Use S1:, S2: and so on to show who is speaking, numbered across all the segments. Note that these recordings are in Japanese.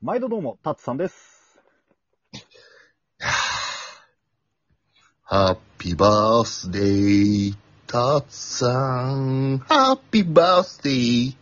S1: 毎度どうも、タッツさんです。
S2: ハッピーバースデー、たつさん。ハッピーバースデー。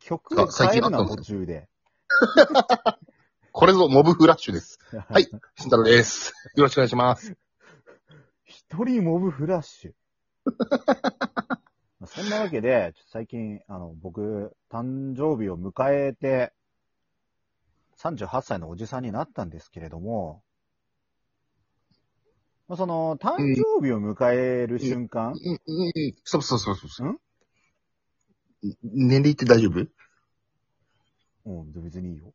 S1: 曲を変えるな、
S2: あ最近あったの
S1: 途中で。
S2: これぞモブフラッシュです。
S1: は
S2: はい。慎太郎です。よろしくお願いします。
S1: 一人モブフラッシュ。 そんなわけで、ちょっと最近、あの、僕、誕生日を迎えて、38歳のおじさんになったんですけれども、まあその、誕生日を迎える瞬間、
S2: うん、うん、うん。ストップストップストップストッ
S1: ん
S2: プ。ん年齢って大丈夫
S1: うん、別にいいよ。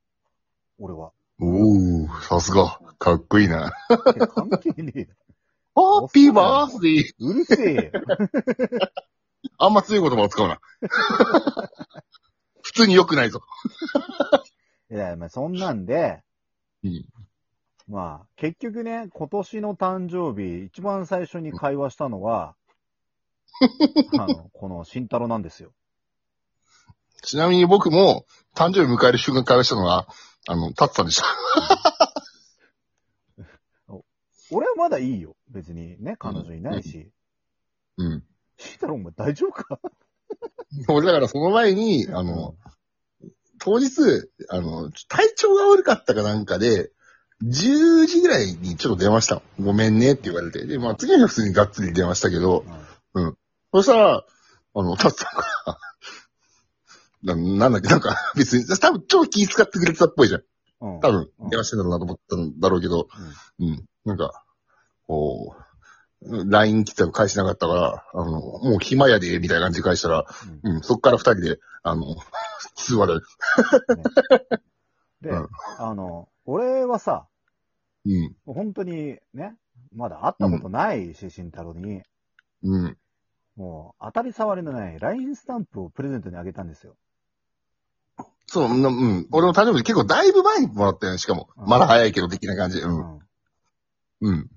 S1: 俺は。
S2: おー、さすが。かっこいいな。
S1: いや関係ねえよ。
S2: ハッピーバースデー。
S1: うるせえよ。
S2: あんま強い言葉を使う な。普通に良くないぞ。
S1: いや、まあ、そんなんで、
S2: うん
S1: まあ、結局ね、今年の誕生日、一番最初に会話したの は、あの、この慎太郎なんですよ。
S2: ちなみに僕も誕生日迎える瞬間会話したのは、あの、たつさんでした。
S1: 俺はまだいいよ。別にね、彼女いないし。
S2: うん。
S1: 慎太郎お前大丈夫か
S2: 俺だからその前に、あの、、当日、あの、体調が悪かったかなんかで、10時ぐらいにちょっと電話したの。ごめんねって言われて。で、まあ次の日は普通にがっつり電話したけど
S1: う、んうん
S2: そしたら、あの、タツさんから、ななんだっけ、なんか別に、多分超気遣ってくれてたっぽいじゃん。
S1: うん。
S2: 多分、電話してんだろうなと思ったんだろうけど、うん。なんか、こう、LINE 来たの返しなかったから、あの、もう暇やで、みたいな感じで返したら、うん、そっから二人で、あの、 通話で、
S1: で、
S2: うん
S1: あの、俺はさ、
S2: うん、
S1: もう本当にね、まだ会ったことないし、慎太郎に、
S2: うん。
S1: もう当たり障りのない LINE スタンプをプレゼントにあげたんですよ。
S2: そう、なうん。俺も誕生日結構だいぶ前にもらったよね、しかも。
S1: うん
S2: まだ早いけど、的な感じ。う。
S1: うんん
S2: うん。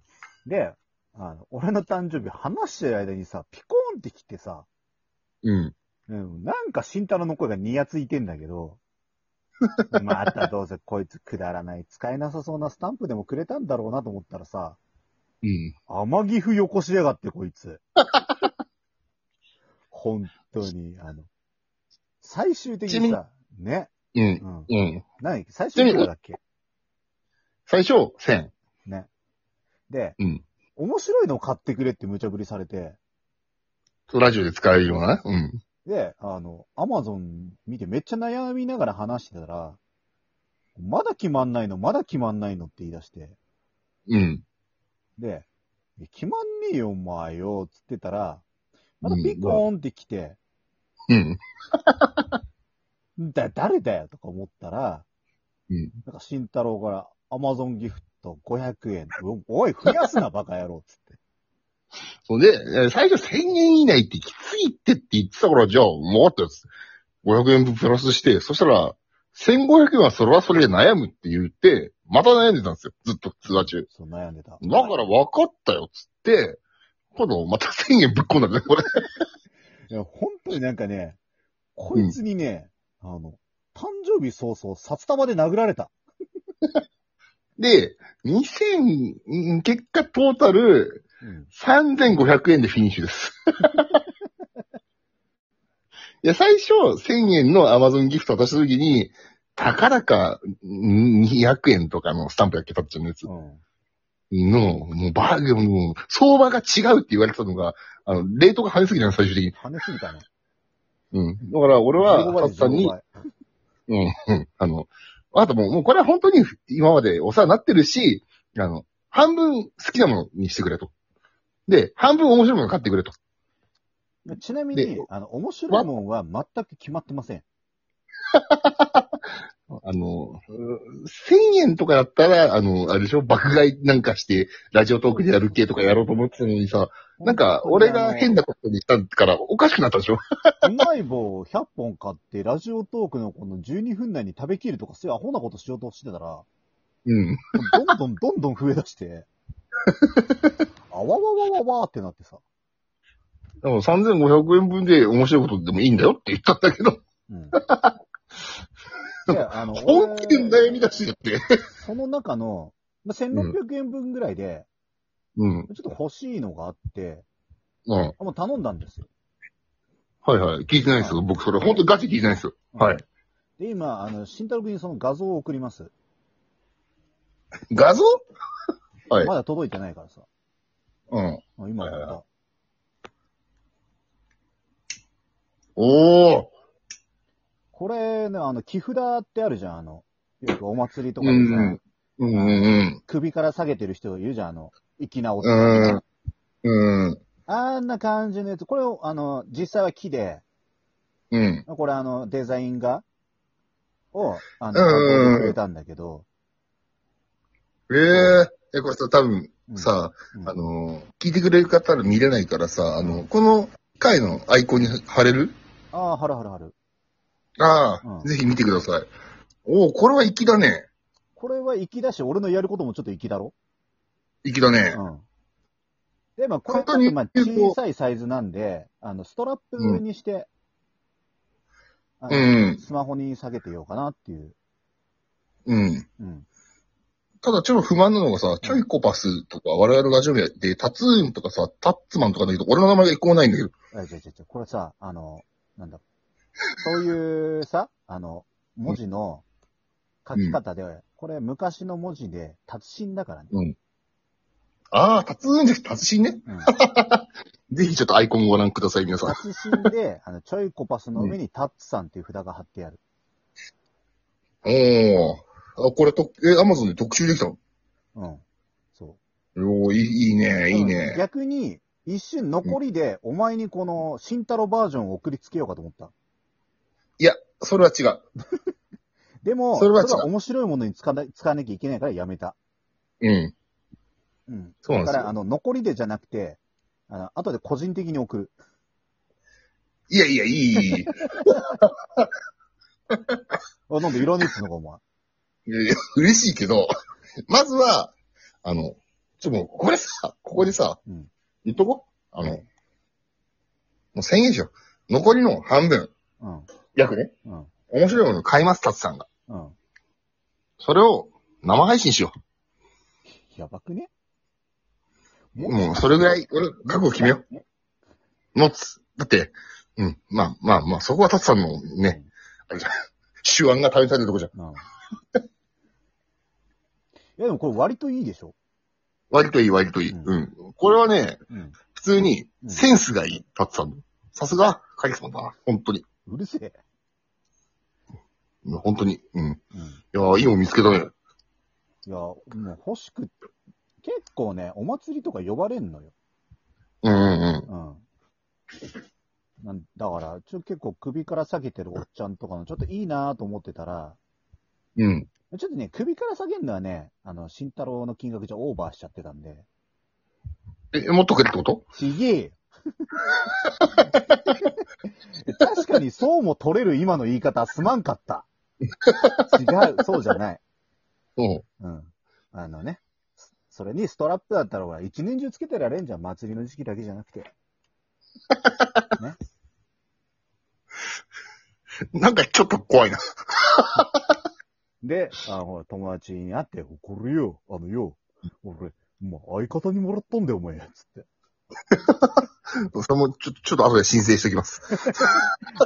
S1: で、あの、俺の誕生日話してる間にさ、ピコーンって来てさ、
S2: うん。
S1: うん、なんか慎太郎の声がニヤついてんだけど、 またどうせこいつくだらない使えなさそうなスタンプでもくれたんだろうなと思ったらさ、
S2: うん。
S1: 天岐阜よこしやがってこいつ。 本当に、あの、最終的にさ、ね、
S2: うん。
S1: うん、
S2: うん。
S1: 何最終的にだっけ
S2: 最初、1000。
S1: ね。で、
S2: うん。
S1: 面白いのを買ってくれって無茶ぶりされて、
S2: ラジオで使えるようなね。うん。
S1: で、あの、アマゾン見てめっちゃ悩みながら話してたら、まだ決まんないの、まだ決まんないのって言い出して、
S2: うん。
S1: で、え決まんねえよ、お前よ、つってたら、また
S2: うん
S1: ピコーンって来て、
S2: うん。
S1: だ、誰だよ、とか思ったら、
S2: うん
S1: なんか慎太郎からアマゾンギフト500円、おおい、増やすな、バカ野郎、つって。
S2: そんで、えー最初1000円以内ってきついってって言ってたから、じゃあ、もうかったやつ。500円分プラスして、そしたら、1500円はそれはそれで悩むって言って、また悩んでたんですよ。ずっと通話中。
S1: そう、悩んでた。
S2: だから分かったよ、つって、今度また1000円ぶっ込んだんだね、これ。
S1: いや、本当になんかね、こいつにね、あの、誕生日早々、札束で殴られた。
S2: で、2000、うん結果トータル
S1: うん。
S2: 3500円でフィニッシュです。 いや、最初1000円の Amazon ギフト渡した時に、たかだかうん200円とかのスタンプやっけたっちゃうやつ
S1: うん。
S2: の、もうバーゲン、もう相場が違うって言われてたのが、あの、レートが跳ねすぎたの、最終的に。
S1: 跳ねすぎたね。
S2: うん。だから俺は、
S1: 15
S2: た
S1: 倍
S2: っさんに、
S1: 15
S2: うん、うん。 あの、あともう、もうこれは本当に今までお世話になってるし、あの、半分好きなものにしてくれと。で、半分面白いもの買ってくれと。
S1: 倍ちなみに
S2: で、
S1: あの、面白いもんは全く決まってません。
S2: あの、う1000円とかだったら、あの、あれでしょ、爆買いなんかして、ラジオトークでやる系とかやろうと思ってたのにさ、なんか、俺が変
S1: だ。
S2: なことにしたから、おかしくなったでしょ
S1: うまい棒を100本買って、ラジオトークのこの12分内に食べきるとか、そういうアホなことしようとしてたら、
S2: うん。
S1: どんどんどんどん増え出して、あわわわわわーってなってさ。
S2: でも3500円分で面白いことでもいいんだよって言ったんだけど、
S1: うん。いや、あの、
S2: 本気で悩み出してって。
S1: 俺その中の、まあ、1600円分ぐらいで、
S2: うん。
S1: ちょっと欲しいのがあって、
S2: うん。
S1: あもう頼んだんですよ。
S2: はいはい。聞いてないですよ。僕それ、本当ガチ聞いてないですよ。はい。
S1: で、今、あの、慎太郎君にその画像を送ります。
S2: 画像はい
S1: まだ届いてないからさ。
S2: うん。
S1: あ今送っ
S2: はい
S1: た。
S2: おー。
S1: これね、あの、木札ってあるじゃん、あの、よくお祭りとか
S2: う
S1: で
S2: ん
S1: さ、
S2: うん。うんうん
S1: 首から下げてる人いるじゃん、あの、粋な
S2: う
S1: 男。
S2: ん。うん。うん。
S1: あんな感じのやつ。これを、あの、実際は木で、
S2: うん。
S1: これあの、デザイン画を、あの、
S2: うん
S1: 担当してくれたんだけど、
S2: えええ、これさ、多分
S1: うん
S2: さ、
S1: うん
S2: あのー、聞いてくれる方は見れないからさ、あの、この回のアイコンに貼れる
S1: ああ、はるはるはる。
S2: ああ、
S1: うん
S2: ぜひ見てください。おお、これは粋だね。
S1: これは粋だし、俺のやることもちょっと粋だろ
S2: 粋だね。
S1: うん。で、まあ、これ
S2: 簡
S1: ちょ
S2: 単
S1: っ
S2: に
S1: とまあ、
S2: 言う
S1: 小
S2: と
S1: さいサイズなんで、あの、ストラップにして、あ
S2: う
S1: の
S2: ん。
S1: スマホに下げてようかなっていう。
S2: うん。
S1: うん。
S2: ただちょっと不満なのがさ、チョイコパスとか我々のラジオでタツーンとかさ、タッツマンとかだけど、俺の名前が一個もないんだけど。
S1: あ、違う違う違う。これさ、あの、なんだ。そういうさ、あの、文字の書き方で、これ昔の文字で、達人だからね。
S2: ああ、タツーンです。達人ね。
S1: うん、
S2: ぜひちょっとアイコンをご覧ください、皆さん。
S1: 達人で、あの、ちょいコパスの上にタッツさんっていう札が貼ってある。
S2: おお。あ、これと、え、アマゾンで特集できたの
S1: うん。そ。
S2: おーいいいいうね、いい
S1: うん
S2: ね。
S1: 逆に、一瞬残りで、お前にこの、慎太郎バージョンを送りつけようかと思った。
S2: それは違う。
S1: でも、
S2: それは違う
S1: 面白いものに使わな使わなきゃいけないからやめた。
S2: うん。
S1: うん。
S2: そうなん
S1: だ
S2: で
S1: から、
S2: す
S1: あ
S2: よ。
S1: の、残りでじゃなくて、あの、後で個人的に送る。
S2: いやいや、いい。いいい
S1: あ、なんでいらねえっつうのか、お前。
S2: や嬉しいけど、まずは、あの、ちょ、もう、これさ、ここでさ、
S1: うん
S2: 言っとこうあの、もう1000円でしょ。残りの半分、
S1: うん。
S2: 約ね。
S1: うん。
S2: 面白いもの買います、タツさんが。
S1: うん。
S2: それを生配信しよ
S1: やばくね
S2: う。もう、それぐらい、俺、覚悟決めよ
S1: う。
S2: う。持つ。だって、うん、まあまあまあ、そこはタツさんのね、手腕が試されるとこじゃん。
S1: うん。うん。いや、でもこれ割といいでしょ
S2: 割といい、割といい。
S1: うん
S2: うん。これはね、
S1: うん。
S2: 普通に、
S1: うん
S2: センスがいい、タツさんの。さすが、カリスマだな。本当に。
S1: うるせえ。
S2: うん本当に。う
S1: う
S2: ん。い
S1: ん。
S2: やー、いいもん見つけたね。
S1: いや、もう欲しく、結構ね、お祭りとか呼ばれんのよ。
S2: うんうん
S1: うん。なんだから、ちょ結構首から下げてるおっちゃんとかの、ちょっといいなと思ってたら、
S2: うん。うん。
S1: ちょっとね、首から下げるのはね、あの、慎太郎の金額じゃオーバーしちゃってたんで、
S2: え、もっとくれってこと
S1: ちげえよ。確かにそうも取れる今の言い方すまんかった。違う、そうじゃない。
S2: うん。
S1: うん。あのね。それにストラップだったらほら、一年中つけてられんじゃん。祭りの時期だけじゃなくて。
S2: なんかちょっと怖いな。
S1: で、あほら、友達に会って、これよ、あのよ、俺、まあ、相方にもらったんだよ、お前、つって。
S2: それも、ちょっと、ちょっと後で申請しておきます。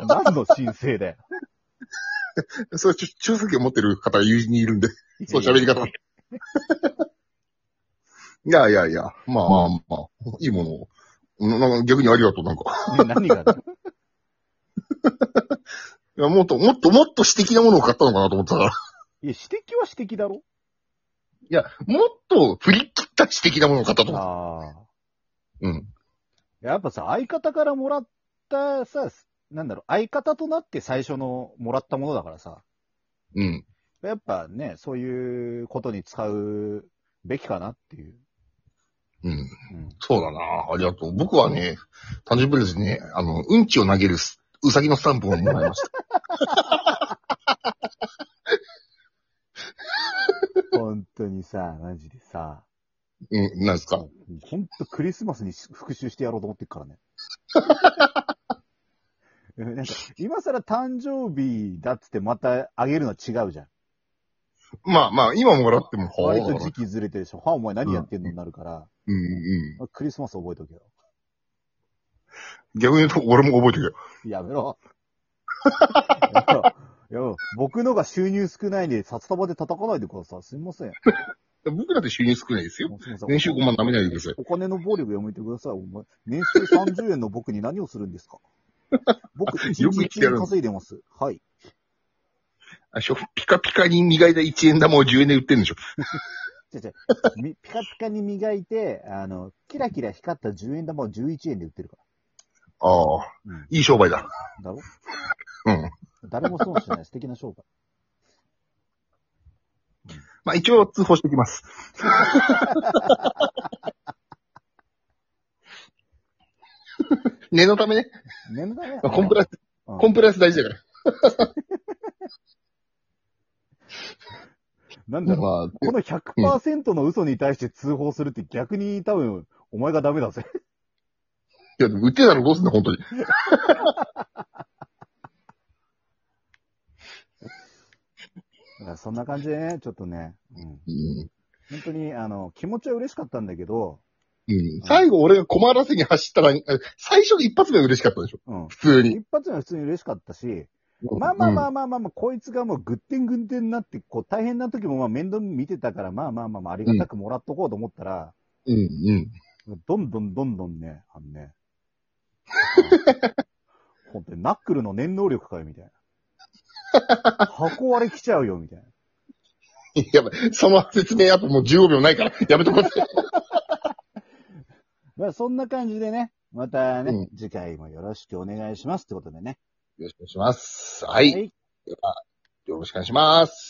S1: 何の申請だよ。
S2: それ、ちょ、抽選券持ってる方が友人にいるんで、 そう喋り方。いやいやいや、まあまあまあ、いいものを。ななんか逆にありがとう、なんか。
S1: 何がだよ
S2: いや、もっと、もっと、もっと私的なものを買ったのかなと思ってたから。
S1: いや、指摘は指摘だろ
S2: いや、もっと振り切った私的なものを買ったと思っ
S1: ああ。
S2: た。うん。
S1: やっぱさ、相方からもらったさ、なんだろう、相方となって最初のもらったものだからさ、
S2: うん。
S1: やっぱね、そういうことに使うべきかなっていう。
S2: うん。
S1: うん。
S2: そうだな。ありがとう。僕はね、誕生日プレゼントにね、あの、うんちを投げるすうさぎのスタンプをもらい ました。
S1: 本当にさ、マジでさ、
S2: うん、なんですか
S1: 本当クリスマスに復讐してやろうと思ってるからね。なんか、今更誕生日だっつってまたあげるのは違うじゃん。
S2: まあまあ、今もらっても、ほう
S1: 割。と時期ずれてるでしょ。はあ、お前何やってんのになるから、
S2: うんう
S1: まあクリスマス覚えとけよ。
S2: ん。逆に言うと、俺も覚えてるよ。
S1: やめ ろ。やめろやめろ僕のが収入少ないんで、札束で叩かないでください。すみません。
S2: 僕だって収入少ないですよ。
S1: もうすいません
S2: 年収5万舐めないでください。
S1: お金の暴力やめてください。お前、年収30円の僕に何をするんですか僕、1日
S2: よく言ってや
S1: 1
S2: る
S1: 円稼いでます。はい。
S2: あ、しょ、ピカピカに磨いた1円玉を10円で売ってるんでしょ。
S1: じゃじゃみピカピカに磨いて、あの、キラキラ光った10円玉を11円で売ってるか
S2: ああ
S1: うん、
S2: いい商売だ。
S1: ら。だろ
S2: うん。
S1: 誰も損しない素敵な商売。
S2: まあ一応通報してきます。念のためね。
S1: 念だね。
S2: まあコンプライアンス、
S1: うん
S2: コンプライアンス大事だから。
S1: なんだろう。
S2: まあ、
S1: この100%の嘘に対して通報するって逆に多分、お前がダメだぜ。
S2: いや、でも売ってたらどうすんだ、本当に。
S1: だからそんな感じでね、ちょっとね、うん、
S2: うん
S1: 本当に、あの、気持ちは嬉しかったんだけど、
S2: うん、最後俺が困らせに走ったら、あ最初の一発目は嬉しかったでしょ
S1: うん。
S2: 普通に。
S1: 一発目は普通に嬉しかったし、まあまあまあまあまあ、まあこいつがもうぐってんぐってんになって、こう大変な時もまあ面倒見てたから、まあまあまあまあありがたくもらっとこうと思ったら、
S2: うん。うんうん。
S1: どんどんどんどんね、あのね、本当にナックルの念能力かよ、みたいな。箱割れ来ちゃうよ、みたいな。
S2: やばい。その説明あともう15秒ないから、やめとこうって。
S1: まあそんな感じでね、またね、
S2: うん
S1: 次回もよろしくお願いしますってことでね。
S2: よろしくお願いします。はい。
S1: はい
S2: よろしくお願いします。